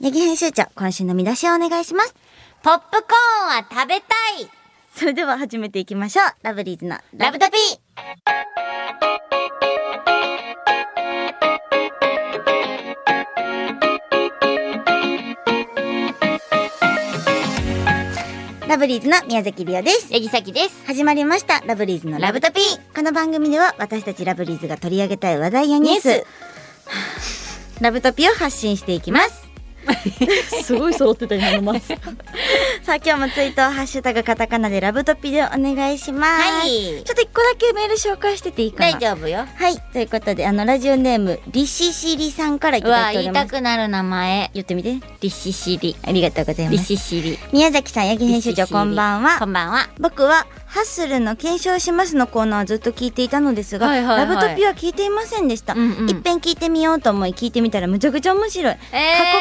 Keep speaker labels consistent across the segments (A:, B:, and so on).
A: ネギ編集長、今週の見出しをお願いします。
B: ポップコーンは食べたい
A: それでは始めていきましょう。ラブリーズの
B: ラブタピ
A: ラブリーズの宮崎りおです。
B: ーヤギサキです。
A: 始まりました。ラブリーズのラ
B: ラ
A: ブ
B: ブ
A: タ
B: タ
A: ピ
B: ピ
A: この番組では私たちラブリーズが取り上げたい話題やニュース、
B: ニュース
A: はあラブタピを発信していきます。
B: すごい揃ってたに思います。
A: さあ今日もツイート、ハッシュタグカタカナでラブタピでお願いします。
B: はい
A: ちょっと一個だけメール紹介してていいかな
B: 大丈夫よ。
A: はい。ということで、あの、ラジオネーム、リシシリさんからいうただ
B: わ、
A: いており
B: 言い
A: ま
B: た
A: す。
B: くなる名前。
A: 言ってみて。
B: リシシリ。
A: ありがとうございま
B: リ
A: す。
B: シシリ。
A: 宮崎さん、八木編集長、こんばんは
B: こ。んばんは。
A: 僕は「ハッスルの検証します」のコーナーはずっと聞いていたのですが、
B: はいはいは
A: ラ
B: い
A: ブトピは聞いていませんでした、
B: うんうん
A: いっぺん聞いてみようと思い聞いてみたらむちゃくちゃ面白い、過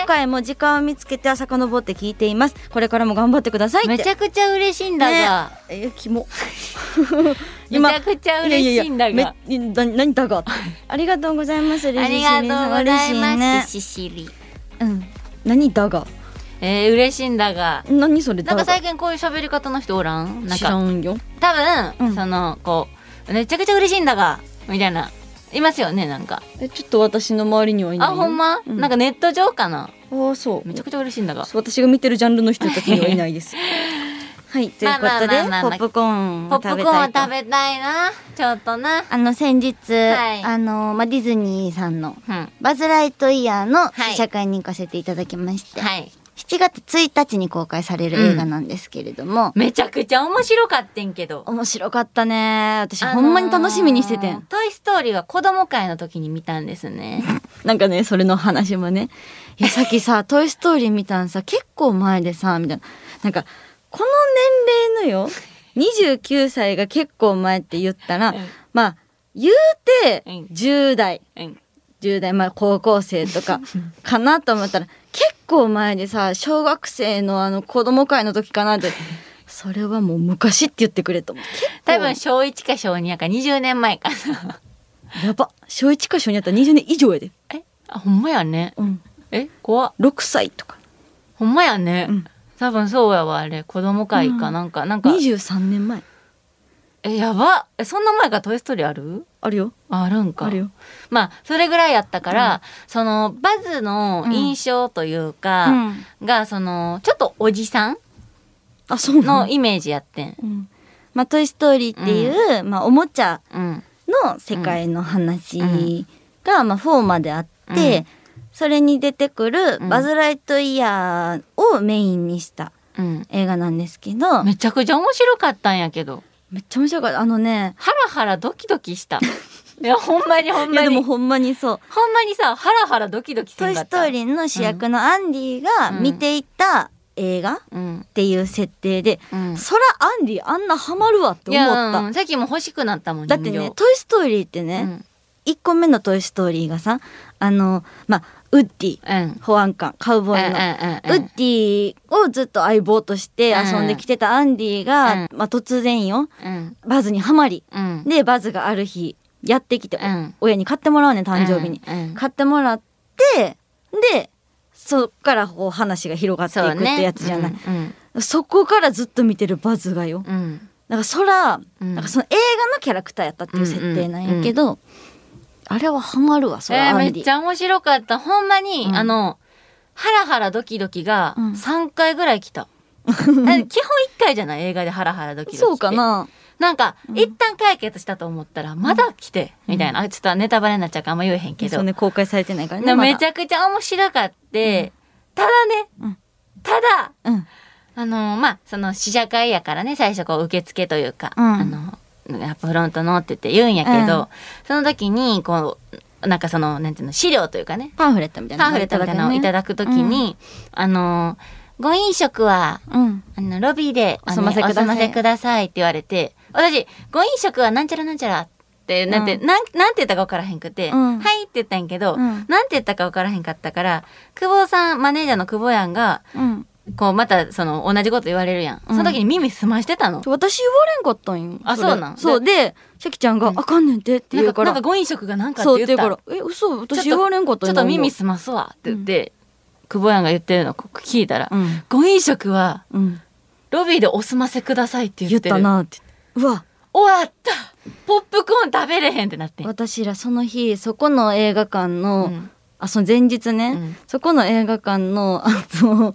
A: 去回も時間を見つけて遡って聞いていますこれからも頑張ってくださいって
B: めちゃくちゃ嬉しいんだが。
A: えキモ
B: めちゃくちゃ嬉しいんだが
A: いやいやめな何だがありがとうございますリ
B: ありがとうございま
A: 嬉
B: す。
A: し
B: リシシリ。
A: いねうん何だが
B: えー、嬉しいんだが。
A: 何それだ
B: なん
A: が
B: か最近こういう喋り方の人おらんなん
A: 知ら
B: か、
A: んよ
B: 多分、
A: うん
B: その、こう、めちゃくちゃ嬉しいんだが、みたいな。いますよね、なんか。
A: えちょっと私の周りにはいない
B: あ、
A: よ
B: ほんま、
A: うん
B: なんかネット上かな
A: ああそう
B: めちゃくちゃ嬉しいんだが。
A: そう私が見てるジャンルの人たちにはいないです。 はい、ということで、
B: まあまあまあまあ
A: ポップコーン
B: ポ
A: を
B: ッ
A: 食
B: プ
A: べ
B: コーン
A: た
B: はい
A: と。
B: 食べたいな。ちょっとな。
A: あの、先日、
B: はい
A: あの、まあ、ディズニーさんの、
B: うん。は
A: バズ・ライトイヤーの
B: はい
A: 試写会に行かせていただきまして、
B: い。
A: 7月1日に公開される映画なんですけれども、
B: めちゃくちゃ面白かってんけど。
A: 面白かったね。私、ほんまに楽しみにしてて
B: あの
A: ん。
B: ートイストーリーは子供会の時に見たんですね。
A: なんかね、それの話もね。 いや、さっきさ、トイストーリー見たんさ、結構前でさ、みたいな。なんか、この年齢のよ、29歳が結構前って言ったら、
B: うん
A: まあ、言うて、
B: うん
A: 10代、
B: うん。
A: 10代、まあ、高校生と か、かなと思ったら、結構前でさ、小学生のあの、子供会の時かなって、それはもう昔って言ってくれと思う。結構
B: 多分、小1か小2やから20年前かな。
A: やば。小1か小2やったら20年以上やで。
B: えあ、ほんまやね。
A: うん。
B: え怖っ
A: 6歳とか。
B: ほんまやね。
A: うん
B: 多分そうやわ、あれ。子供会
A: う
B: か
A: ん
B: なんか、なんか。
A: 23年前。
B: え、やば。え、そんな前からトイストーリーある
A: あるよ。
B: あるんか。
A: あるよ。
B: まあ、それぐらいやったから、その、バズの印象というか、
A: うん
B: が、その、ちょっとおじさん
A: あ、そうな
B: の
A: の、
B: イメージやってん。
A: うんまあ、トイ・ストーリーっていう、まあ、おもちゃ
B: うん。
A: の世界の話が、まあ、4まであって、
B: うん
A: それに出てくる
B: うん
A: バズ・ライトイヤーをメインにした
B: うん。
A: 映画なんですけど、
B: めちゃくちゃ面白かったんやけど。
A: めっちゃ面白かった。あのね、
B: ハラハラドキド キした。いや、ほんまにほん
A: いや
B: ま
A: で
B: に。
A: もほんまにそう。
B: ほんまにさ、ハラハラドキドキす
A: ト
B: る
A: イ・ストーリ
B: ー。
A: ーの主役のアンディが
B: うん
A: 見ていた映画っ
B: うん。
A: ていう設定で、
B: うん。
A: そらアンディあんなハマるわって
B: い
A: 思っ
B: や、
A: た。
B: うんさっきも欲しくなったもん
A: だってね、、トイ・ストーリーってね、
B: 人
A: 1
B: 形
A: 個目の「トイ・ストーリー」がさあのまあウッディ
B: うん。うん。
A: 保安官カウボーイの。ウ
B: う
A: ッディをずっと相棒として遊んできてたアンディが、まあ、突然よ
B: うん。
A: バズにはまり
B: うん。
A: でバズがある日やってきて、
B: うん
A: 親に買ってもらうねん誕生日に、
B: うん。
A: 買ってもらってでそっからこう話が広がっていく
B: そう
A: って
B: ね。
A: やつじゃないそ,、
B: うん。
A: こからずっと見てるバズがよ
B: うんうん。
A: なんか空、
B: うん
A: なんかその映画のキャラクターやったっていう設定なんやけど、あれはハマるわ、それ、
B: えー
A: ア
B: め
A: ンデ
B: っ
A: ィ。
B: ちゃ面白かった。ほんまに、
A: うん
B: あの、ハラハラドキドキが
A: うん
B: 3回ぐらい来た。だって基 本1回じゃない映画でハラハラドキドキって。
A: そうかな。
B: なんか、
A: うん
B: 一旦解決したと思ったら、まだ来て、みたいな。あちょっとネタバレになっちゃうからあんま言えへんけ
A: そ
B: ど。
A: うね、公開されてないからね。
B: な
A: まだ
B: めちゃくちゃ面白かって、ただね、
A: うん
B: ただ、
A: うん。
B: あのーまあ、その試写会やからね、最初こう受付というか、
A: うん
B: あの、やっぱフロントのって言って言うんやけど、
A: うん
B: その時に、こう、なんかその、なんていうの、資料というかね、
A: パンフレットみたいな
B: パンフレットみたいなのをいただくときに、あのー、ご飲食は、
A: く。うん。
B: あの、ロビーで、
A: お済ませください
B: あのお済ませくださいって言われて、私、ご飲食はなんちゃらなんちゃらって、なんて、
A: う
B: なん、なんて言ったか分からへんくて、
A: うん
B: はいって言ったんやけど、
A: うん
B: なんて言ったか分からへんかったから、久保さん、マネージャーの久保やんが、
A: うん。
B: こう、また、その、同じこと言われるやん。
A: うん
B: その時に耳澄ましてたの。
A: 私言われんかったんよ。
B: あ
A: れ
B: そうなん
A: そうで、シャキちゃんが、
B: うん
A: あかんねんてって
B: なん
A: 言
B: か
A: うか。
B: なんからご飲食がなんか
A: そう
B: っ
A: ってて
B: 言
A: 言
B: っ
A: うか
B: た
A: ら、え、嘘、私言われんかった
B: ちょ
A: ん
B: っと耳澄ますわって言って、久保やんが言ってるのここ聞いたら、
A: うん
B: ご飲食は
A: うん
B: ロビーでお済ませくださいって
A: 言
B: 言
A: っ
B: ってる
A: たなってうわ
B: 終わったポップコーン食べれへんってなってん
A: 私らその日そこの映画館の、
B: うん
A: あその前日ね、
B: うん
A: そこの映画館のあの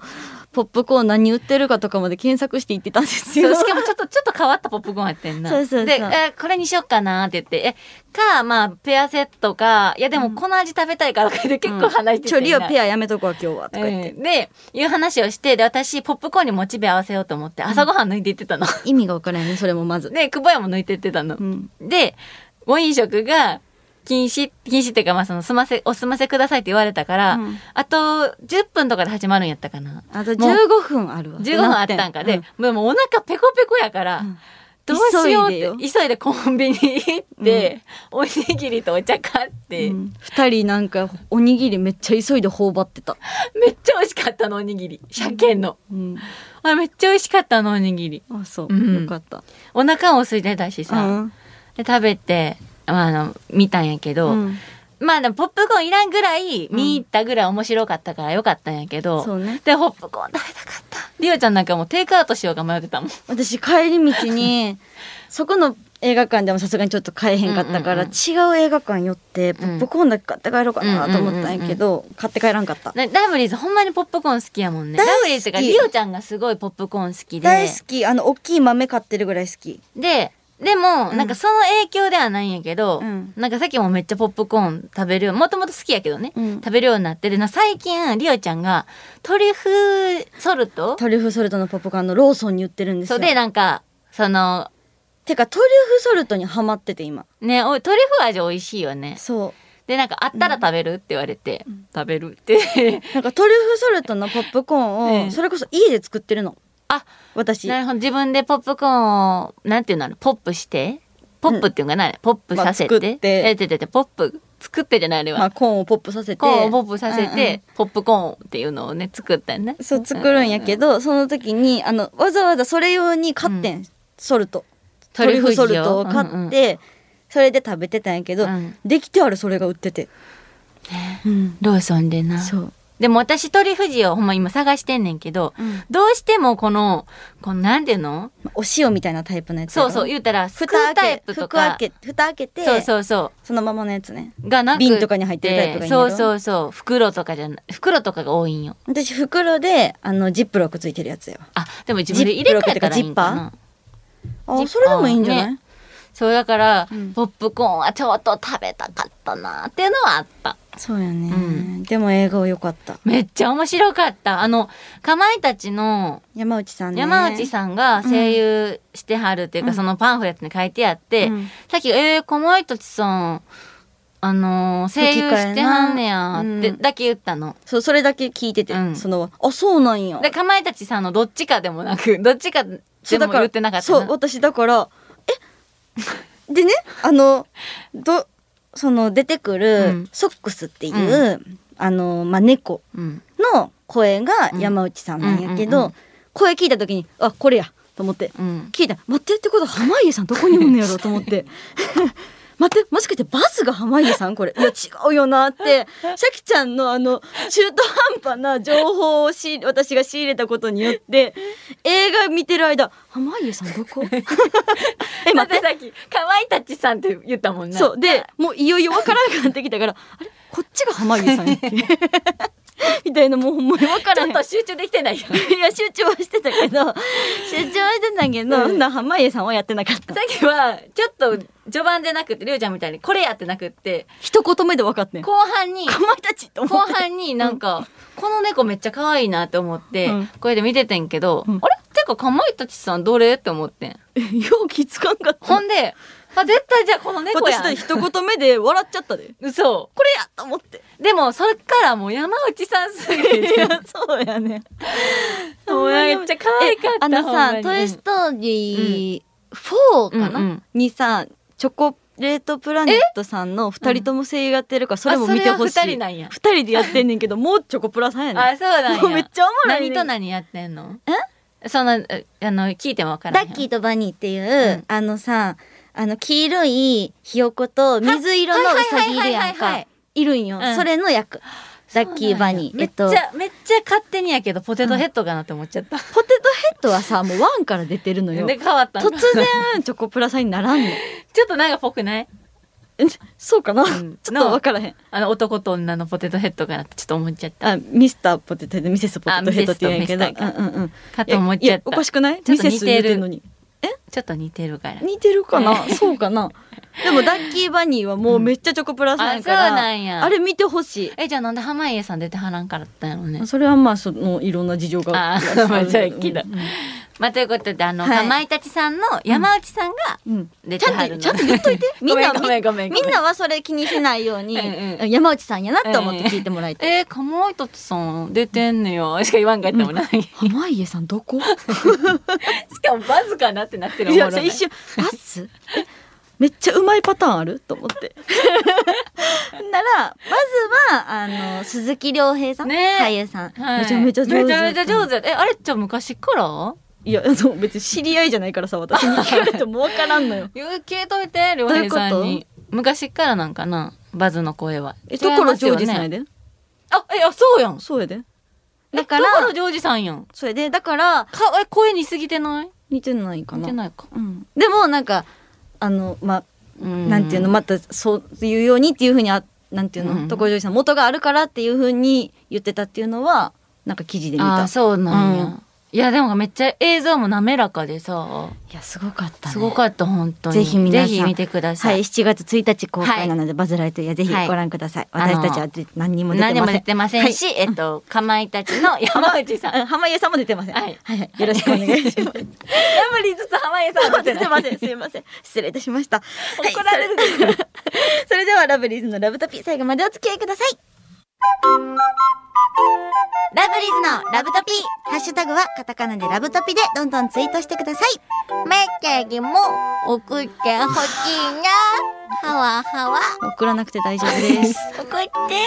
A: ポップコーン何売ってるかとかまで検索して行ってたんです
B: そ
A: よ
B: うしかもちょっとちょっと変わったポップコーンやってんな。
A: そうそうそう
B: で、えこれにしよっかなって言って、え、か、まあ、ペアセットか、いやでもこの味食べたいからとかで結構話して
A: ちょり
B: は
A: はペアやめとこう今日はとか言って、
B: で、いう話をして、で、私、ポップコーンにモチベ合わせようと思って、朝ごはん抜いていってたの。
A: 意味がわからないねそれもまず、
B: で、久保屋も抜いていってたの
A: う。ん、
B: で、ご飲食が禁止、禁止っていうか、まあ、その、すませ、お済ませくださいって言われたから、
A: うん
B: あと、10分とかで始まるんやったかな。
A: あと15分あるわ
B: 15分あったんかで、、もうもうお腹ペコペコやから、
A: うん
B: どうしようっ
A: 急い
B: て
A: で
B: 急いでコンビニ行って、おにぎりとお茶買って、
A: 2人なんかおにぎりめっちゃ急いで頬張ってた、
B: めっちゃ美味しかったのおにぎり車検の、
A: うん、
B: あめっちゃ美味しかったのおにぎり
A: あそう、
B: うん
A: よかった
B: お腹も空いてたしさ、
A: うん
B: で食べて、まあ、あの見たんやけど、
A: うん
B: まあでもポップコーンいらんぐらい見入ったぐらい面白かったからよかったんやけど、
A: そうね
B: でポップコーン食べたかったりおちゃんなんかもうテイクアウトしようか迷ってたもん
A: 私帰り道 にそこの映画館でもさすがにちょっと買えへんかったから、
B: うんうん
A: 違う映画館寄ってポップコーンだけ買って帰ろうかなと思ったんやけど、買って帰らんかった
B: ねラブリーズほんまにポップコーン好きやもんねラ
A: 大好き
B: ブリーズがリオちゃんがすごいポップコーン好きで
A: 大好きあの大きい豆買ってるぐらい好き
B: ででも、
A: うん
B: なんかその影響ではないんやけど、
A: うん
B: なんかさっきもめっちゃポップコーン食べるよもともと好きやけどね、
A: うん
B: 食べるようになってでな最近リオちゃんがトリュフソルト
A: トリュフソルトのポップコーンのローソンに売ってるんです
B: そ
A: よ
B: うでなんかその
A: てかトリュフソルトにハマってて今
B: ねおトリュフ味美味しいよね
A: そう
B: でなんかあったら食べるって言われて、食べるって
A: なんかトリュフソルトのポップコーンを、
B: ええ
A: それこそ家で作ってるの
B: あ
A: 私
B: なるほど自分でポップコーンをなんていうのポップしてポップっていうのがない、ポップさ
A: まあ
B: せて,、
A: 作って
B: えてててポップ作ってじゃないあれは、
A: まあ、コーンをポップさせて
B: コーンをポップさせて、
A: うんうん
B: ポップコーンっていうのをね作ったよね
A: そう作るんやけど、その時にあのわざわざそれ用に買ってん、ソルト
B: ト
A: ト
B: リ
A: リュ
B: ュフ
A: フ
B: ソ
A: ソ
B: ル
A: ル
B: ト
A: ト
B: を
A: を
B: 買
A: 買
B: って
A: って、それで食べてたんやけど、
B: うん
A: できてあるそれが売ってて、うん
B: ローソンでな
A: そう、
B: でも私トリュフ塩をほんま今探してんねんけど、どうしてもこのこのなんていうの
A: まあお塩みたいなタイプのやつや
B: そ
A: ろ
B: うそう言うたらスク
A: 蓋
B: ータ
A: 開
B: イ
A: け
B: プと
A: 蓋
B: か
A: 開け蓋開けて
B: そうそうそ
A: そのままのやつね
B: うがなくて
A: 瓶とかに入ってるタイプがいいんや
B: そう
A: ろ
B: そうそう袋とかじゃな袋とかが多いんよ
A: 私袋であのジップロックついてるやつよ
B: あでも自分で入れ替えたらいいんか
A: ジッ
B: なジッパー
A: あそれでもいいんじゃない、
B: ねそうだから、
A: うん
B: ポップコーンはちょっと食べたかったなっていうのはあった
A: そうやね、
B: うん
A: でも映画は良かった
B: めっちゃ面白かったあのかまいたちの
A: 山内さんね
B: 山内さんが声優してはるっていうか、
A: うん
B: そのパンフレットに書いてあって、
A: うん
B: さっき「えー、かまいたちさんあのー声優してはんね
A: 吹き替え
B: や」
A: な
B: って
A: うん
B: だけ言ったの。
A: そうそれだけ聞いてて、
B: うん
A: そのあそうなんや
B: でかまいたちさんのどっちかでもなくどっちかでも
A: そうだから
B: 言ってなかった
A: そう
B: な
A: 私だからえ でねあのどその出てく
B: う
A: る
B: ん
A: ソックスっていう、あの、まあ、猫
B: うん
A: の声が山内さんなんやけど、
B: うんうんうん
A: 声聞いた時にあこれやと思って
B: うん
A: 聞いた待ってってことは濱家さんどこにおんのやろと思って 待ってもしかしてバスが濱家さんこ れいや違うよなってシャキちゃんのあの中途半端な情報をし私が仕入れたことによって映画見てる間濱家さんど こえ
B: だっ
A: 待
B: て
A: って
B: さっき「かまいたちさん」って言ったもんな
A: そうでもういよいよわからなくなってき たからあれこっちが濱家さんやっけ みたいなもうほんまにわか
B: ち
A: ら
B: ょ
A: ん
B: っと集中できてないよ
A: いや集中はしてたけど集中はしてたけど、そんな濱家さんはやってなかった
B: さっきはちょっと序盤でなくてりょうちゃんみたいにこれやってなくって
A: 一言目で分かってん
B: 後半に
A: かまいたちと思
B: 後
A: って
B: 半になんか、この猫めっちゃ可愛いなって思って、
A: うん
B: これで見ててんけど、
A: うん
B: あれてかかまいたちさんどれって思ってん
A: よう気づかんかった
B: ほんであ絶対じゃあこの猫や
A: 私
B: ん
A: と一言目で笑っちゃったで
B: 嘘
A: これやと思 って
B: でもそれからもう山内さんすぎて
A: そうやね
B: もうめっちゃ可愛かった
A: あの
B: ほんま
A: さ「
B: に
A: トイ・ストーリー4」かな、
B: うんうん
A: にさチョコレートプラネットさんの2人とも声優やってるからそれも見てほしい
B: あそれは二人なんや
A: 二人でやってんねんけどもうチョコプラさんやねん
B: あそうなん
A: もう
B: や
A: めっちゃおもろいね
B: 何と何やってんのえそんなえあの聞いてもわから
A: ダ
B: ん
A: ッキーとバニーっていう、
B: うん
A: あのさあの黄色いひよこと水色のウサギいるやん
B: はいはいはいはいは
A: か
B: い
A: いるんよ、
B: うん
A: それの役ラッキーバニー。
B: め
A: え
B: っ
A: っ
B: ちゃ、
A: と、ポテ
B: めっちゃ勝手にやけど、ポテトヘッドかなって思っちゃった。
A: トヘッドはさ、もうワンから出てるのよ。
B: で、
A: 突
B: 変わったんだ
A: 然チョコプラさんにならんの。
B: ちょっとなんかぽくない
A: えそうかな、
B: ん
A: ちょっとわからへん。
B: あの、男と女のポテトヘッドかなってちょっと思っちゃった。
A: あ、ミスターポテトヘッド、ミセスポテトヘッドって言うんやけど。
B: あミスターミス
A: うんうんうん。
B: かと思っちゃ
A: いやいや
B: った。
A: おかしくない
B: ちょっと
A: ミセス言うてんのに。
B: ちょっと似てるから。
A: 似てるかなそうかなでも、ラッキーバニーはもうめっちゃチョコプラさんやから。
B: あそうなんや
A: あれ見てほし
B: え、じゃあなんで濱家さん出てはらんからったんやろね
A: い。。それはまあ、その、いろんな事情が。
B: あー まあ、じゃあ、きだ
A: う。
B: まあ、ということで、あの、
A: はい
B: かまいたちさんの山内さんが
A: んうん。
B: 出て
A: ち
B: は
A: ゃ
B: る
A: んと、ちゃ
B: の。
A: んと言っといて。みんな、
B: ごめんごめんごめんごめ
A: み
B: ん
A: んなはそれ気にしないように、
B: うんう
A: 山内さんやなって思って聞いてもらいたい。
B: えー、かまいたちさん出てんのよ。しか言わんかったもんな。し
A: 濱家さんどこ
B: かもバズかなってなってる
A: い
B: も
A: や
B: んね。
A: 一瞬「バツえめっちゃうまいパターンある?」と思ってならまずはあの鈴木亮平さん、
B: ねえ
A: 俳優さん、
B: はい
A: めちゃめちゃ上手
B: めちゃめちゃ上手やったえ、あれじゃあ昔から
A: いやそう別に知り合いじゃないからさ私に聞かれても分からんの よ
B: いや聞いといて、りょうへいさん
A: どういう
B: に。昔からなんかな、バズの声は。
A: え所ジョージさんや
B: で。
A: で、
B: あ、え、あ、そうやん。
A: そうやで
B: だ
A: だ
B: か。
A: からら
B: 所ジョージさんやん。
A: それでだから
B: か、え、声似すぎてない
A: 似てないか
B: 似
A: な
B: てないか。
A: うん、でもなんかあのまあな
B: なん
A: ていうのまたそういうようにっていうふうにあなんていうの、
B: うん
A: 所ジョージさん元があるからっていうふうに言ってたっていうのはなんか記事で見
B: あ
A: た
B: ーそうなんや、
A: うん
B: いやでもめっちゃ映像も滑らかでさ、
A: いやすごかったね
B: すごかった本当に
A: ぜひ皆さん
B: ぜひ見てくださ、
A: はいい、7月1日公開なので、バズライトイヤーぜひ
B: はい
A: ご覧ください。
B: あの
A: 私たちはで何にも出
B: 何
A: て
B: にも
A: ませ
B: 出
A: ん。
B: てませんし、えっとかまいたちの山 内さん
A: うん濱家さんも出てません。
B: は
A: はいい、はい、よろしくお願いします。
B: やぶりずつ濱家さんは出
A: 出
B: て
A: て
B: ま
A: ますせん。すいません。失礼いたしま した。はい
B: 怒られる
A: それ それではラブリーズのラブトピ最後までお付き合いください。ラブリーズのラブトピハッシュタグはカタカナでラブトピでどんどんツイートしてください。
B: メッセージも送ってほしいなはわはわ
A: 送らなくて大丈夫です。
B: 送って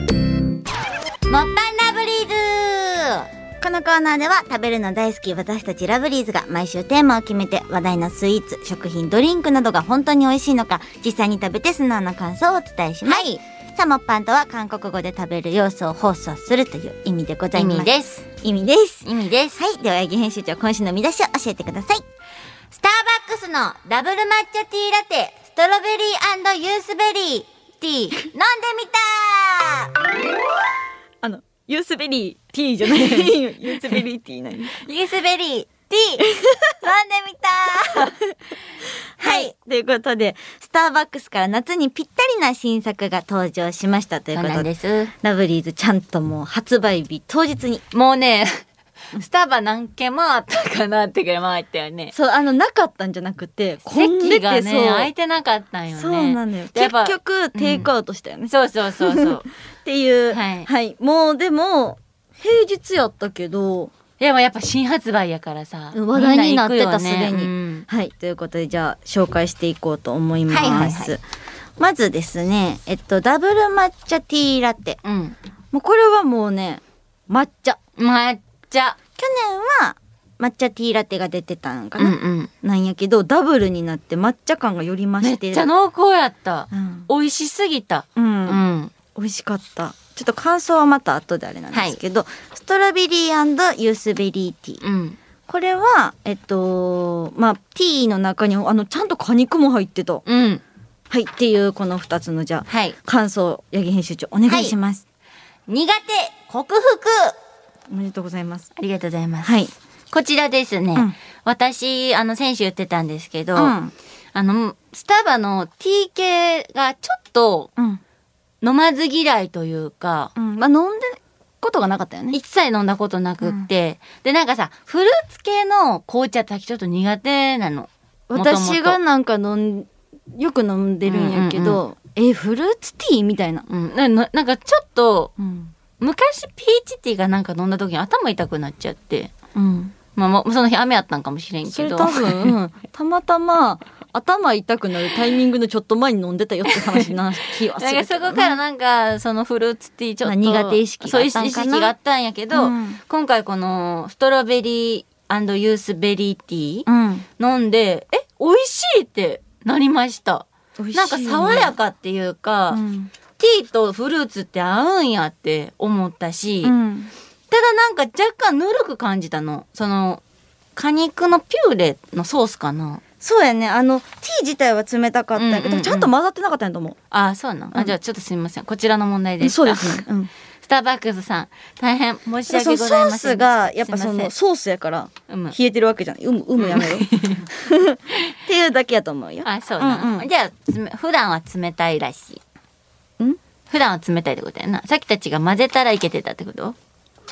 B: もっぱんラブリーズ
A: このコーナーでは食べるの大好き私たちラブリーズが毎週テーマを決めて話題のスイーツ、食品、ドリンクなどが本当に美味しいのか実際に食べて素直な感想をお伝えします。サモッパンとは韓国語で食べる要素を放送するという意味でござい
B: 意
A: ます。
B: 味です
A: 意味です。
B: 意味です
A: はい。では、八木編集長、今週の見出しを教えてください。
B: スターバックスのダブル抹茶ティーラテストロベリーユースベリーティー飲んでみた
A: あの、ユースベリーティーじゃ ない。ユースベリーティーない。
B: ユースベリーティー飲んでみた
A: はい、ということで、スターバックスから夏にぴったりな新作が登場しましたという
B: そう
A: こと
B: なん
A: で
B: です
A: ラブリーズちゃんともう発売日当日に。
B: もうね スタバ何軒回ったかなってぐらい回ったよね
A: そう、あの、なかったんじゃなくて、混んでて
B: 席がね
A: そう
B: 空いてなかったんよね
A: そうなのよ。
B: やっ
A: 結
B: ぱ
A: 局、テイクアウトしたよね。っ
B: そうそうそうそう
A: ていう、
B: はい
A: もうでも、平日やったけど、
B: いやもうやっぱ新発売やからさ
A: うん話題になってた
B: みんな行くよね
A: すでに
B: うん
A: はい、ということで、じゃあ、紹介していこうと思います。
B: はいはいは
A: まずですね、えっと、ダブル抹茶ティーラテ。
B: うん
A: もうこれはもうね、抹茶。
B: 抹茶
A: 去年は、抹茶ティーラテが出てたんか
B: うん
A: な、
B: うん
A: なんやけど、ダブルになって抹茶感がより増
B: めっ
A: して。
B: ちゃ濃厚やった
A: うん
B: 美味しすぎた
A: うん
B: うん
A: 美味しかったちょっと感想はまた後であれなんですけど、ストロベリーユースベリーティー
B: うん
A: これはえっとまあティーの中にあのちゃんと果肉も入ってた
B: うん
A: はいっていうこの2つのじゃあ
B: はい
A: 感想八木編集長お願いします、
B: 苦手克服
A: おめでとうございます
B: ありがとうございます
A: はい
B: こちらですね、
A: うん
B: 私あの先週言ってたんですけど、
A: うん
B: あの、スタバの T 系がちょっと
A: うん、
B: 飲まず嫌いというか、
A: うん、まあ飲んでことがなかったよね
B: 一切飲んだことなくって、で、なんかさ、フルーツ系の紅茶ってちょっと苦手なの。元々
A: 私がなんか飲んよく飲んでるんやけど、えフルーツティーみたいな、
B: うん。なななんかちょっと、
A: うん
B: 昔ピーチティーがなんか飲んだ時に頭痛くなっちゃって、
A: うん、
B: まあ、もうその日雨あったんかもしれん
A: そ
B: け
A: れ
B: ど。
A: 多分、うんたまたま頭痛くなるタイミングのちょっと前に飲んでたよって話な気はす
B: な
A: る
B: ん
A: け
B: か
A: ど
B: そこからなんかそのフルーツティーちょっと
A: まあ苦手意識があったんかな
B: そういう意識があったんやけど、
A: うん
B: 今回このストロベリーユースベリーティー
A: うん
B: 飲んで、え美味しいってなりました
A: 美味しい
B: なん
A: よ
B: か
A: ね
B: 爽やかっていうか、
A: うん
B: ティーとフルーツって合うんやって思ったし、
A: うん
B: ただなんか若干ぬるく感じたのその果肉のピューレのソースかな
A: そうやねあのティー自体は冷たかったんやけど、
B: うんうんうん
A: ちゃんと混ざってなかったんやと思
B: あそうなん、
A: う
B: あ
A: ん
B: じゃあちょっとすみませんこちらの問題
A: う
B: でした
A: そうです ね、うん、
B: スターバックスさん、大変申し
A: だからその
B: 訳ご
A: ソ
B: ざい
A: ー
B: ませんでした。
A: スがやっぱその
B: す
A: ソースやから
B: いませんうん
A: 冷えてるわけじゃない。うむうむやめろ。 っていうだけやと思うよ。
B: あ、そうな、
A: うんうん
B: じゃあつめ、普段は冷たいらしい。
A: ん
B: 普段は冷たいってことやな。さっきたちが混ぜたらいけてたってこと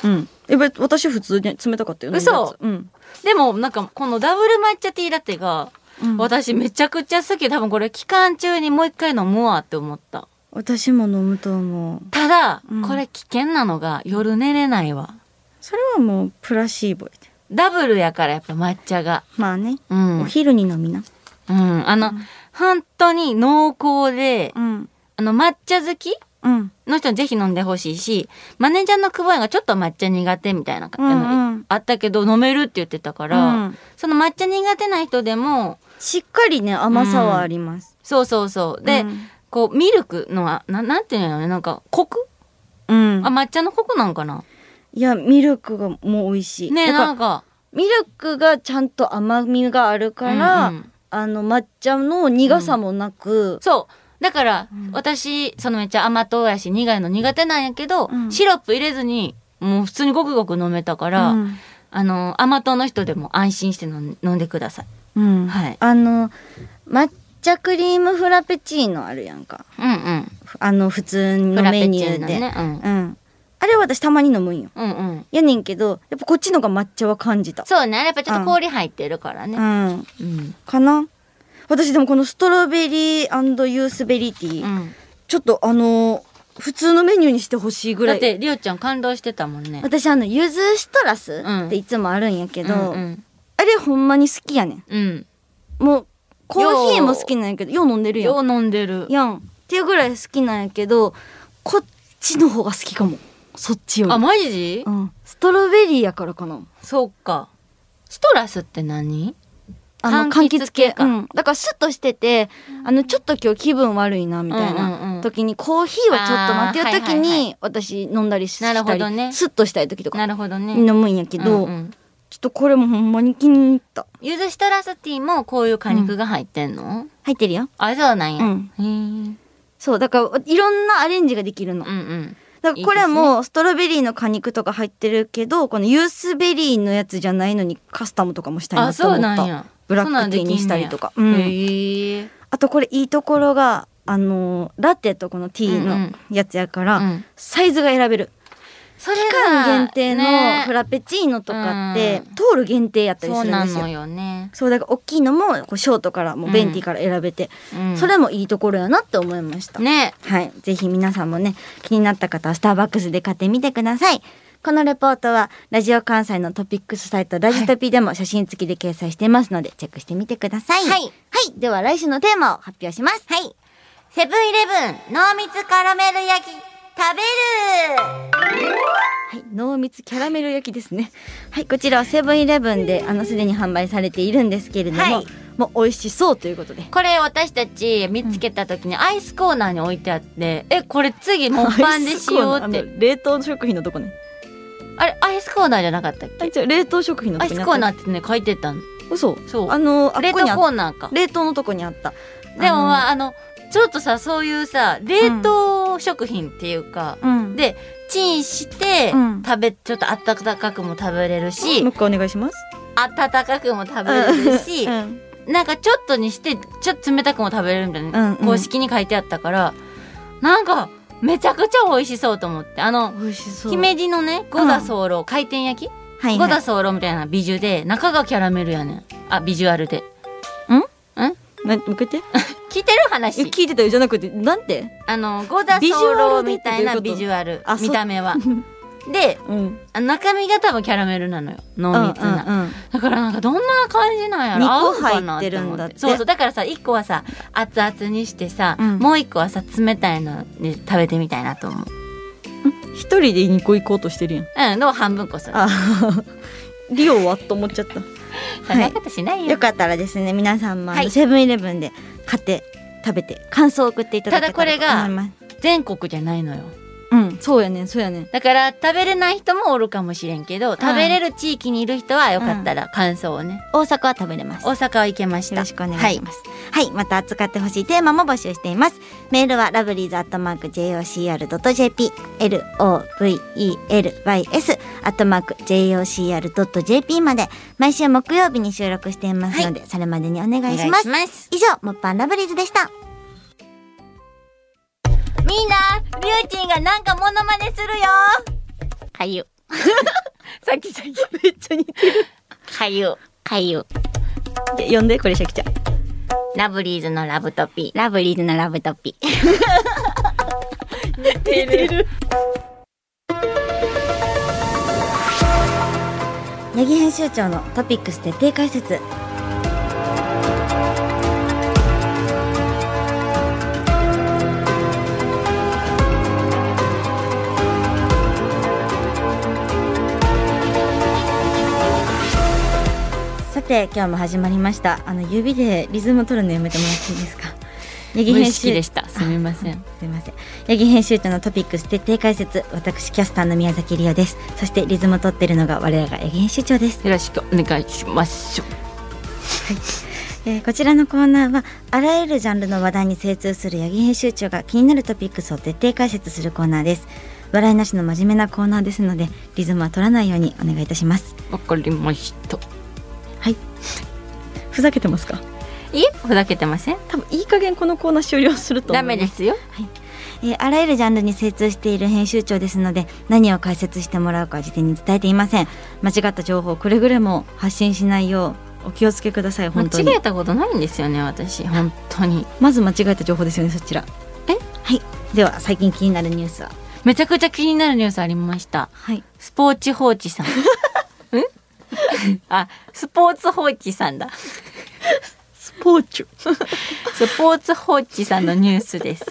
A: うん。えべ私普通に冷たかったよ。
B: 嘘
A: 飲んだ
B: でも、なんか、このダブル抹茶ティーラテが、
A: やつうん。私
B: 私めちゃくちゃ好き。多分これ期間中にもう一回飲むわって思った。
A: 私も飲むと思う。
B: ただ、
A: うん
B: これ危険なのが夜寝れないわ。
A: それはもうプラシーボやで。
B: ダブルやからやっぱ抹茶が。
A: まあね。
B: うん。う
A: お
B: ん。
A: 昼に飲みな。
B: あの、本当に濃厚で、
A: うん。
B: あの抹茶好き
A: うん。
B: の人にぜひ飲んでほしいし、マネージャーの久保屋がちょっと抹茶苦手みたいな、
A: うんうん
B: あのあったけど飲めるって言ってたから、
A: うん
B: その抹茶苦手な人でも、
A: しっかりね甘さはあります。
B: そうそうそう。で、
A: うん
B: こう、ミルクのは、ななんていうのなんか、コク
A: うん
B: あ、。抹茶のコクなんかない
A: やミルクがもう美味しい。
B: ねえ、
A: だから
B: なんか、
A: ミルクがちゃんと甘みがあるから、
B: うんうん
A: あの抹茶の苦さもなく、
B: そう。だから、
A: うん
B: 私、そのめっちゃ甘党やし、苦いの苦手なんやけど、
A: うん
B: シロップ入れずに、もう普通にごくごく飲めたから、
A: うん
B: あの、甘党の人でも安心して飲ん飲んでください。
A: うん
B: はい
A: あの抹茶クリームフラペチーノあるやんか
B: うんうん。
A: あの普通のメニューで、
B: フラペチーノね
A: うん、あれは私たまに飲むんよ
B: うんうん。
A: やねんけどやっぱこっちのが抹茶は感じた
B: そうね。やっぱちょっと氷入ってるから
A: う
B: ね。
A: ん
B: うん。
A: かな私でもこのストロベリーユースベリーティー、
B: うん。
A: ちょっとあの普通のメニューにしてほしいぐら
B: だっ
A: い
B: て、りおちゃん感動してたもんね。
A: 私あのゆずシトラス
B: うん
A: っていつもあるんやけど、
B: うん
A: あれほんまに好きやねん
B: うん。うん。
A: もうコーヒーも好きなんやけどよう飲んでるやん
B: よう飲んでる。
A: やんっていうぐらい好きなんやけどこっちの方が好きかもそっちより
B: あ、マジ
A: うん、ストロベリーやからかな
B: そうか。ストラスって何
A: あの柑
B: 柑橘
A: 橘
B: 系
A: 系
B: か
A: うん、だからスッとしててあのちょっと今日気分悪いなみたい
B: うんうんうん
A: な時にコーヒーはちょっと待って
B: あー
A: る時
B: はいはいは
A: に私飲んだりした
B: なるほど
A: り、
B: ね
A: スッとしたい時とか
B: なるほどね。
A: に飲むんやけど、
B: うんうん
A: ちょっとこれもほんまに気に入った
B: ゆずストラスティーもこういう果肉が入ってんの
A: 入ってるよ
B: あ、そうなんや。
A: う
B: へ
A: ん
B: えうん
A: そうだからいろんなアレンジができるの、
B: うん。
A: だからこれもストロベリーの果肉とか入ってるけどこのユースベリーのやつじゃないのにカスタムとかもしたい
B: あ、
A: なと
B: そ
A: 思
B: う
A: っ
B: なん
A: た
B: や。
A: ブラックティーにしたりとか
B: そんなん
A: うん
B: できんねやへえ。
A: あとこれいいところがあのーラテとこのティー
B: うんう
A: の
B: ん
A: やつやから、
B: うん
A: サイズが選べる
B: それ
A: 期
B: が
A: 間限定の
B: ね
A: フラペチーノとかって、
B: うん
A: トール限定やったりするんです
B: そうなの
A: よ
B: よね。
A: そうだから大きいのもこうショートからもうベンティから選べて、
B: うん
A: それもいいところやなって思いました、
B: ね。
A: はい。ぜひ皆さんもね、気になった方はスターバックスで買ってみてください。このレポートは、ラジオ関西のトピックスサイト、ラジトピでも写真付きで掲載してますので、チェックしてみてください。
B: はい
A: はい。では来週のテーマを発表します。
B: はい。セブンイレブン濃密カラメル焼き食べる
A: はい、濃密キャラメル焼きですね。はい、こちらはセブンイレブンで、あの、すでに販売されているんですけれども、
B: はい
A: もう美味しそうということで。
B: これ私たち見つけた時にアイスコーナーに置いてあって、え、これ次モンパンでしようっ
A: あ
B: て。
A: の冷凍食品のとこね。
B: あれ、アイスコーナーじゃなかったっ
A: あ、
B: け
A: 一応冷凍食品の
B: ア
A: と
B: イ
A: こ
B: ス
A: にあ
B: コーナ
A: っ
B: ーってね、書いてたの。
A: た。嘘。
B: そう
A: あの、あっ
B: 冷凍
A: こにあっ
B: コーナーか。
A: 冷凍のとこにあった。
B: でも
A: あの
B: まあ、あの、ちょっとさ、そういうさ、冷凍食品っていうか、
A: うん
B: で、チンして
A: うん、
B: 食べ、ちょっとあったかくも食べれるし、
A: もう一回お願いします。
B: 温かくも食べれるし、
A: うん
B: なんかちょっとにしてちょっと冷たくも食べれるみたいな、
A: うんうん
B: 公式に書いてあったからなんかめちゃくちゃ美味しそうと思ってあの
A: 美味しそう。
B: 姫路のね五座候回転焼き
A: はい
B: 五
A: は
B: 座
A: い。
B: 候みたいな美女で中がキャラメルやねんあビジュアルで
A: な、向けて。
B: 聞いてる
A: え
B: 話
A: 聞いてたよじゃなくて、なんて。
B: あの五座
A: ビジュア
B: 候
A: ルで
B: みたいな
A: ってどういうこと
B: ビジュアル
A: あそう
B: 見た目はで
A: うん
B: あ中身が多分キャラメルなのよ濃
A: うんうん
B: 密な、だからなんかどんな感じなんやろ
A: 二個
B: 合うかな
A: 入ってるんだって
B: 思そうそうだからさ1個はさ熱々にしてさ、
A: うん
B: もう1個はさ冷たいのに食べてみたいなと思う
A: 一人で2個行こうとしてるやん
B: うんでも半分こそ、
A: あリオはと思っちゃった
B: そんなことしないよ
A: よかったらですね皆さんもあの
B: はい
A: セブンイレブンで買って食べて感想を送っていただけたらと思います
B: 全国じゃないのよ
A: うんそうやねんそうやねん
B: だから食べれない人もおるかもしれんけど食べれる地域にいる人はよかったら感想をね、
A: 大阪は食べれます
B: 大阪は行けました
A: よろしくお願いします。はい、また扱ってほしいテーマも募集しています。メールはラブリーズアットマーク jocr.jp、l o v e l y s アットマーク jocr.jp まで毎週木曜日に収録していますので、それまでにお願
B: はい
A: いします。
B: お願いします
A: 以上、もっぱんラブリーズでした。
B: みんなりゅうちんがなんかモノマネするよ かゆさっきさっき
A: めっちゃ似て
B: かゆかゆ
A: る。読んでこれシャキちゃん。
B: ラブリーズのラブトピ
A: ラブリーズのラブトピ。
B: てる
A: ネギ編集長のトピックス徹底解説。さて今日も始まりました。あの指でリズム取るのやめてもらっていいですか。ネギ
B: 無
A: 編
B: 意
A: 集
B: 識でしたすみません
A: すみません。ヤギ編集長のトピックス徹底解説、私キャスターの宮崎りおです。そしてリズムを取ってるのが我らがヤギ編集長です。
B: よろしくお願いします
A: えーこちらのコーナーはあらゆるジャンルの話題に精通する八木編集長が気になるトピックスを徹底解説するコーナーです笑いなしの真面目なコーナーですのでリズムは取らないようにお願いいたします
B: わかりました
A: はいふざけてますか
B: いえふざけてません
A: 多分いい加減このコーナー終了する
B: ダメですよ
A: えーあらゆるジャンルに精通している編集長ですので何を解説してもらうかは事前に伝えていません間違った情報をくれぐれも発信しないようお気をつけください
B: 間
A: 本当に
B: 違えたことないんですよね私本当に
A: まず間違えた情報ですよねそちら
B: え
A: はいでは最近気になるニュースは
B: めちゃくちゃ気になるニュースありました
A: はい
B: スポーツ報知 さんんあスポーツ報知さんだ
A: スポーチュ
B: スポーツ報知さんのニュースです。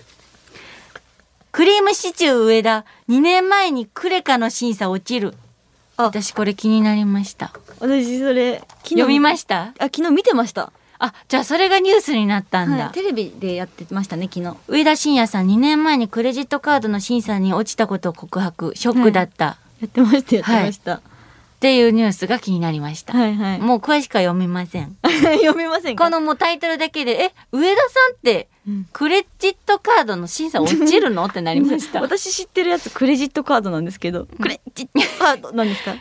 B: クリームシチュー上田、2年前にクレカの審査落ちる。
A: あ
B: 私これ気になりました。
A: 私それ昨
B: 読みま
A: し
B: した
A: たあ昨日見てました
B: あ、じゃあそれがニュースになったんだ。
A: はい、テレビでやってましたね昨日
B: 上田晋也さん2年前にクレジットカードの審査に落ちたことを告白、ショックだった。
A: やってましたや
B: ってましたっていうニュースが気になりました。
A: はいはい、
B: もう詳しくは読みません。
A: 読みません
B: こ
A: か
B: のもうタイトルだけで、え、上田さんって
A: うん
B: クレジットカードの審査落 ちるのってなりました。
A: 私知ってるやつクレジットカードなんですけどクレジットカードなんです か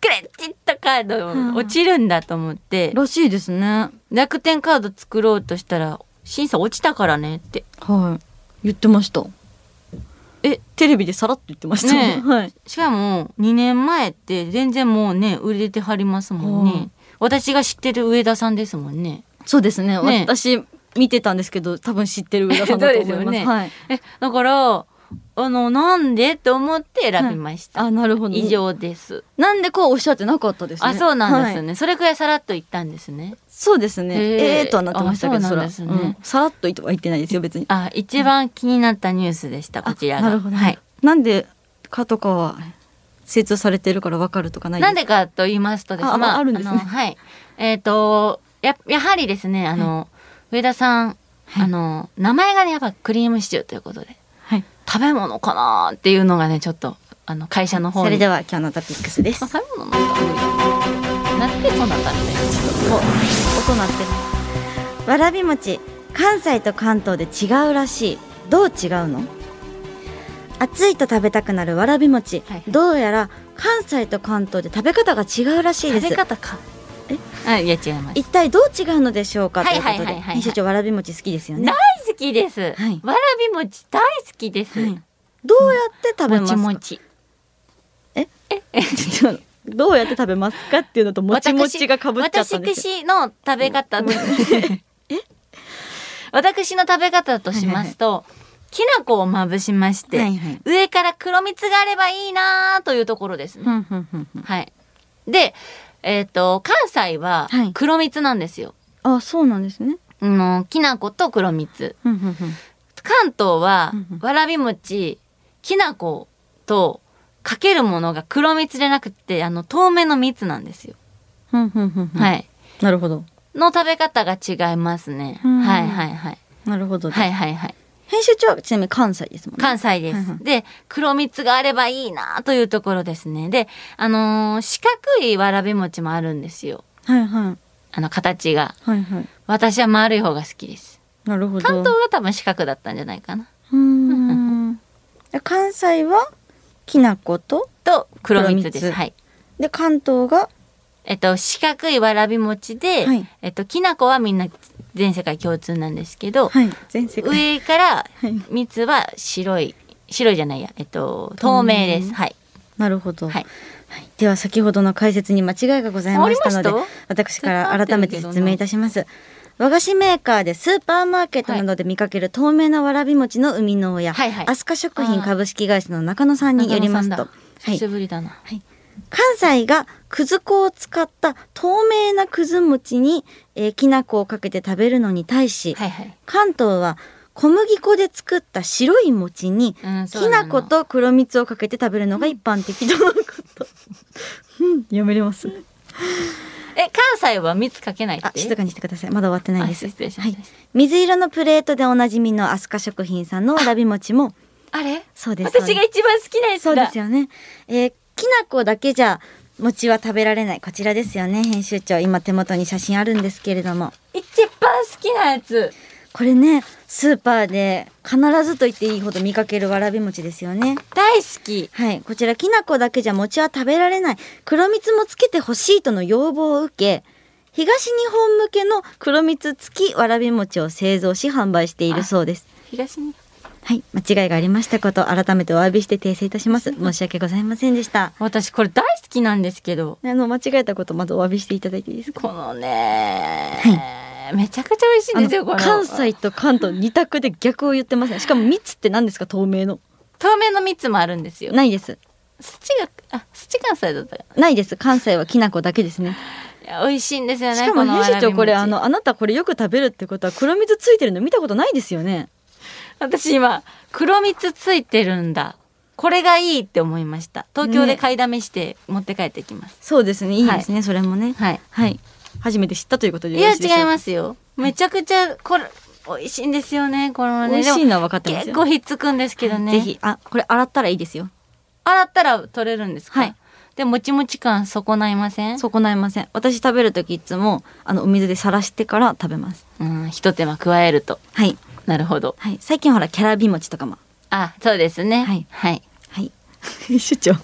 B: クレジットカード落ちるんだと思って、
A: らしいですね
B: 楽天カード作ろうとしたら審査落ちたからねって
A: はい言ってました
B: え
A: テレビでさらっと言ってま
B: した ね
A: はい
B: しかも2年前って全然もうね売れてはりますもんね、
A: うん
B: 私が知ってる上田さんですもんね
A: そうですね
B: ね
A: 私見てたんですけど多分知ってる上田さんだと思いま
B: そう
A: す
B: ですよね
A: はい、
B: えだからあのなんでと思って選びました、
A: あなるほど
B: 以上です
A: なんでこうおっしゃってなかったですね
B: あそうなんです
A: はい
B: ね、それくらいさらっと言ったんですね
A: そうですね。
B: へー
A: えー、とはなってましたけど、
B: あそ
A: そ
B: うなん
A: ら、
B: ですね
A: うんさらっとは言ってないですよ、別に。
B: あ一番気になったニュースでしたこちら
A: あ
B: が
A: なるほど。
B: はい
A: なんでかとかは、精通されてるからわかるとかない
B: なんでかと言いますとですね、
A: あ
B: まあ、
A: ああるんですね
B: のはい。えっ、と、や、やはりですね、あの、上田さん、あの、名前がね、やっぱクリームシチューということで、
A: はい。
B: 食べ物かなーっていうのがね、ちょっと、あの、会社の方
A: それ
B: に。
A: では今日のトピックスです。
B: あ食べ物なんか無理。なってそうなったんで、ちょっと。
A: 音鳴ってる。わらび餅、関西と関東で違うらしい。どう違うの暑いと食べたくなるわらび餅、
B: はいはい
A: どうやら関西と関東で食べ方が違うらしいで
B: 食
A: す
B: べ方か。あ、いや、違います。
A: 一体どう違うのでしょうかということで、
B: はいはいはいはいはい
A: 編集長わらび餅好きですよね
B: 大好きです。
A: はい
B: わらび餅大好きです。
A: はいどうやって食べ
B: も
A: ますか、
B: ちもち。
A: ちょっとどうやって食べますかっていうのともちもちがかぶっちゃったんですよ。
B: 私私の食べ方と私の食べ方としますと、きな粉をまぶしまして、
A: はいはい
B: 上から黒蜜があればいいなというところですね。
A: ふんふんふんふん
B: はい。で、えっ、と、関西は
A: はい
B: 黒蜜なんですよ。
A: あそうなんですね
B: あのきな粉と黒蜜。
A: ふんふんふん
B: 関東は
A: うんうん
B: わらび餅、きな粉とかけるものが黒蜜じゃなくて、あの透明の蜜なんですよ。
A: ふんふんふんふん
B: はい。
A: なるほど
B: の食べ方が違いますね。
A: うん
B: はいはいはい。
A: なるほどです、
B: はいはいはい。
A: 編集長はちなみに関西ですもんね
B: 関西で
A: はいはい
B: す。で、黒蜜があればいいなというところですね。で、あのー四角いわらび餅もあるんですよ。
A: はいはい
B: あの形が。
A: はいはい
B: 私は丸い方が好きです。
A: なるほど
B: 関東が多分四角だったんじゃないかな。
A: うーんで関西はきな粉と
B: と、黒蜜です。
A: 黒蜜
B: はい。
A: で関東が
B: えっと、四角いわらび餅で、
A: はい
B: えっと、きな粉はみんな全世界共通なんですけど、
A: はい全世界
B: 上から
A: はい
B: 蜜は白い、白いじゃないや、えっと、透明で
A: 透
B: す。
A: 明
B: はい。
A: なるほど、
B: はい
A: はいでは先ほどの解説に間違いがございましたので
B: ありまし
A: 私から改めて説明いたします和菓子メーカーでスーパーマーケットなどで見かける透明なわらび餅の生みの親、
B: はいはい
A: 飛鳥食品株式会社の中野さんによります
B: 中
A: と
B: 野さんだ
A: はい
B: 久しぶりだな。
A: はい、関西がくず粉を使った透明なくず餅に、えーきな粉をかけて食べるのに対し、
B: はいはい。
A: 関東は小麦粉で作った白い餅に、
B: うんそう
A: き
B: な
A: な
B: の
A: 粉と黒蜜をかけて食べるのが一般的とのこと。うん、読めれます。
B: え、関西は蜜かけないって
A: あ、静かにしてください。まだ終わってないで
B: あ
A: す。
B: 失礼しま
A: は
B: し
A: い
B: た。
A: 水色のプレートでおなじみの飛鳥食品さんのわらび餅も、
B: あれ
A: そうです。そう
B: 私
A: です
B: が一番好きなや
A: そ
B: つ
A: うで
B: だ
A: す。よね。えーきな粉だけじゃ餅は食べられないこちらですよね編集長今手元に写真あるんですけれども
B: 一番好きなやつ。
A: これねスーパーで必ずと言っていいほど見かけるわらび餅ですよね
B: 大好き。
A: はいこちらきな粉だけじゃ餅は食べられない黒蜜もつけてほしいとの要望を受け東日本向けの黒蜜付きわらび餅を製造し販売しているそうです
B: 東に。
A: はい間違いがありましたことを改めてお詫びして訂正いたします申し訳ございませんでした
B: 私これ大好きなんですけど。
A: あの間違えたことまずお詫びしていただいていいですか。
B: このね、めちゃくちゃ美味しいんですよ、こ
A: あの
B: の。
A: 関西。と関東二択で逆を言ってません。しかも蜜って何ですか透明の。
B: 透明の蜜もあるんですよ。
A: ないです。
B: 土が、あ、土関西だったか
A: ないです。関西はきな粉だけですね。
B: な。いや美味しいんですよね。
A: しかも
B: このわ
A: 編
B: らび
A: 集
B: 餅
A: 長これあ。のあなたこれよく食べるってことは黒蜜ついてるの見たことないですよね。
B: 私今、黒蜜ついてるんだ。これがいいって思いました。東京で
A: ね
B: 買いだめして持って帰ってきます。
A: そうですね。いいですね。それもね。
B: はい。
A: はい。初めて知ったということで
B: いや、
A: いや
B: 違い
A: 違いま
B: ますよ。めちゃくちゃ、これ、美味しいんですよね、この
A: す。
B: ね。
A: 美味しいのは分かって
B: でも
A: ます
B: 結
A: よ。
B: 構ひっつくんですけどね。
A: ぜひあこれ洗ったらいいですよ。
B: 洗ったら取れるんですか
A: はい。
B: で、もちもち感損ないません
A: 損ないません。私食べるときいつもあのお水でさらしてから食べます。
B: うん、ひと手間加えると。
A: はい
B: なるほど。
A: はい。最近ほらキャラビ餅とかも
B: あ、そうですね。
A: はい
B: はい。
A: はい。 主張。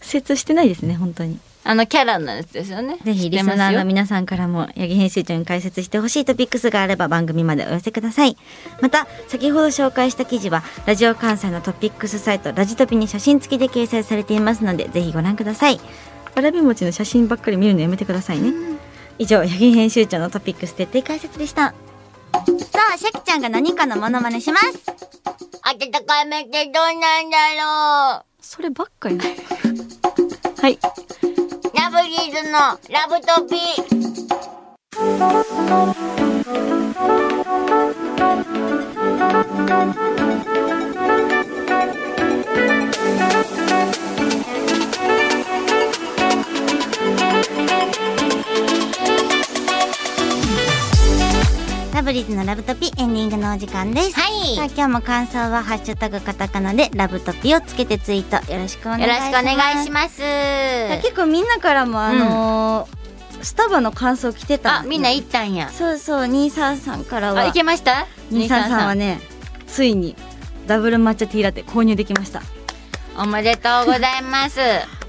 A: 精通してないですね、本当に。
B: あの、キャラのやつですよね。
A: ぜひ、
B: 知
A: リ
B: って
A: ス
B: ますよ
A: ナーの皆さんからも、八木編集長に解説してほしいトピックスがあれば番組までお寄せください。また、先ほど紹介した記事は、ラジオ関西のトピックスサイト、ラジトピに写真付きで掲載されていますので、ぜひご覧ください。わらび餅の写真ばっかり見るのやめてくださいね。以上、八木編集長のトピックス徹底解説でした。さあ、シャキちゃんが何かのモノマネします。
B: 温かい目ってどうなんだろ
A: そればっかり。はい。
B: う。ラブリーズのラブトピ
A: ラブリーズのラブトピエンディングのお時間です。
B: はい
A: さあ今日も感想はハッシュタグカタカナでラブトピをつけてツイートよろしくお願いし
B: よろ
A: ま
B: しく
A: す。
B: お願いし
A: ま
B: ます。
A: 結構みんなからもあのースタバの感想来てた。
B: あ、みんな行ったんや。
A: そうそう二三三から
B: あ、
A: は
B: 行けました
A: 二三三はねついにダブル抹茶ティーラテ購入できました。
B: おめでとうございます。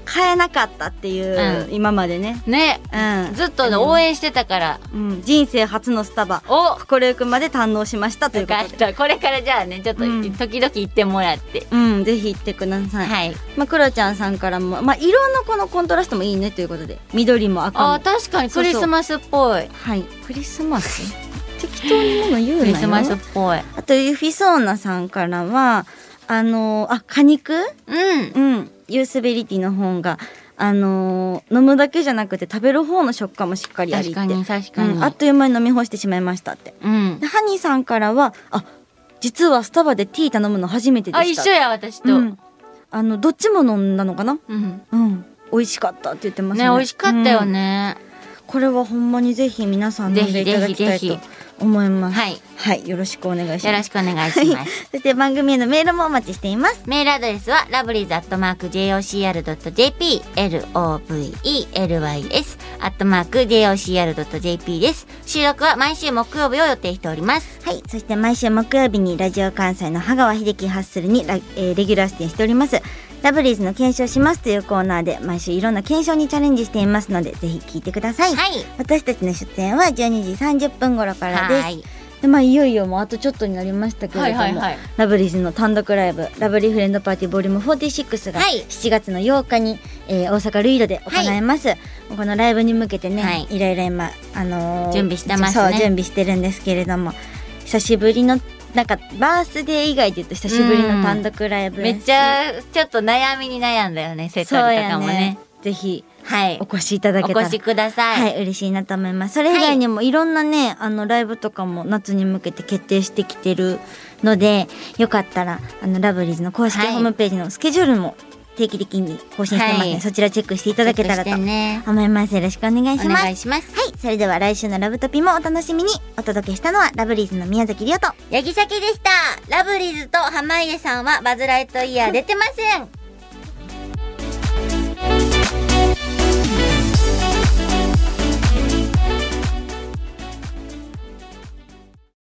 A: 買えなかったっていう、
B: う
A: 今までね。
B: ね、
A: うん。
B: ずっとね応援してたから。
A: うん、人生初のスタバ
B: お
A: 心ゆくまで堪能しましたという
B: よ
A: こ
B: か
A: と
B: っ
A: で。
B: た。これからじゃあね、ちょっと
A: うん
B: 時々行ってもらって。
A: うん、ぜひ行ってください。
B: はい。
A: まあ、クロちゃんさんからも、まあ、色のこのコントラストもいいねということで緑も赤
B: あ、
A: も
B: 確かにクリスマスっぽい。
A: はいクリスマス適 適当にもの言う
B: ク
A: なよ
B: リスマスっぽい。
A: あとユフィソーナさんからはあのあ果肉
B: うん。
A: うん、ユースベリティの本が、あのー飲むだけじゃなくて食べる方の食感もしっかりあり
B: 確
A: って
B: かに確かに。
A: うんあっという間に飲み干してしまいましたって
B: うん
A: で。ハニーさんからはあ実はスタバでティー頼むの初めてで
B: あ、
A: し
B: 一
A: た
B: 緒や、私と。
A: う
B: うん
A: ん、あのどっちも飲んだのかな
B: うん。
A: うん美味しかったって言ってますね
B: ね、美味しかったよ、ね。
A: うんこれはほんまにぜひ皆さん飲んでいただきた
B: ぜ
A: い
B: ひ
A: と
B: ぜひぜ
A: 思います
B: はい、
A: はい、よろしくお願いします
B: よろしくお願いします。
A: そして番組へのメールもお待ちしています
B: メールアドレスはラブリーズアットマーク JOCR.jp LOVELYS アットマーク JOCR.jp です収録は毎週木曜日を予定しております
A: はい。そして毎週木曜日にラジオ関西の羽川秀樹ハッスルにラ、えーレギュラー出演しております。ラブリーズの検証しますというコーナーで毎週いろんな検証にチャレンジしていますので、ぜひ聞いてください。
B: はい
A: 私たちの出演は12時30分頃から
B: は
A: です。
B: い
A: でまあ、いよいよもうあとちょっとになりましたけれども、
B: はいはいはい
A: ラブリーズの単独ライブ「ラブリーフレンドパーティーボリューム46が
B: はい
A: 7月の8日に、えー大阪ルイドで行います、もうこのライブに向けてね、
B: はい
A: い、ろいろ今、あのー
B: 準備してますね
A: そう準備してるんですけれども久しぶりのなんかバースデー以外で言うと久しぶりの単独ライブ
B: めっちゃちょっと悩みに悩んだよねセット
A: そう
B: リと
A: や
B: かも
A: ね
B: ね
A: ぜひ
B: はい
A: お越しいただ
B: お
A: けたら
B: 越しください、
A: はい、嬉しいなと思います。それ以外にもいろんなね、あのライブとかも夏に向けて決定してきてるので、よかったらあのラブリーズの公式
B: はい
A: ホームページのスケジュールも定期的に更新してますね。
B: はい
A: そちらチェックしていただけたら
B: チ
A: と
B: ェックしてね
A: 思います。よろしくお願いし
B: お
A: ます。
B: 願いします
A: はい、それでは来週のラブトピもお楽しみに。お届けしたのはラブリーズの宮崎りおと。
B: 八木崎でしたラブリーズと濱家さんはバズライトイヤー出てません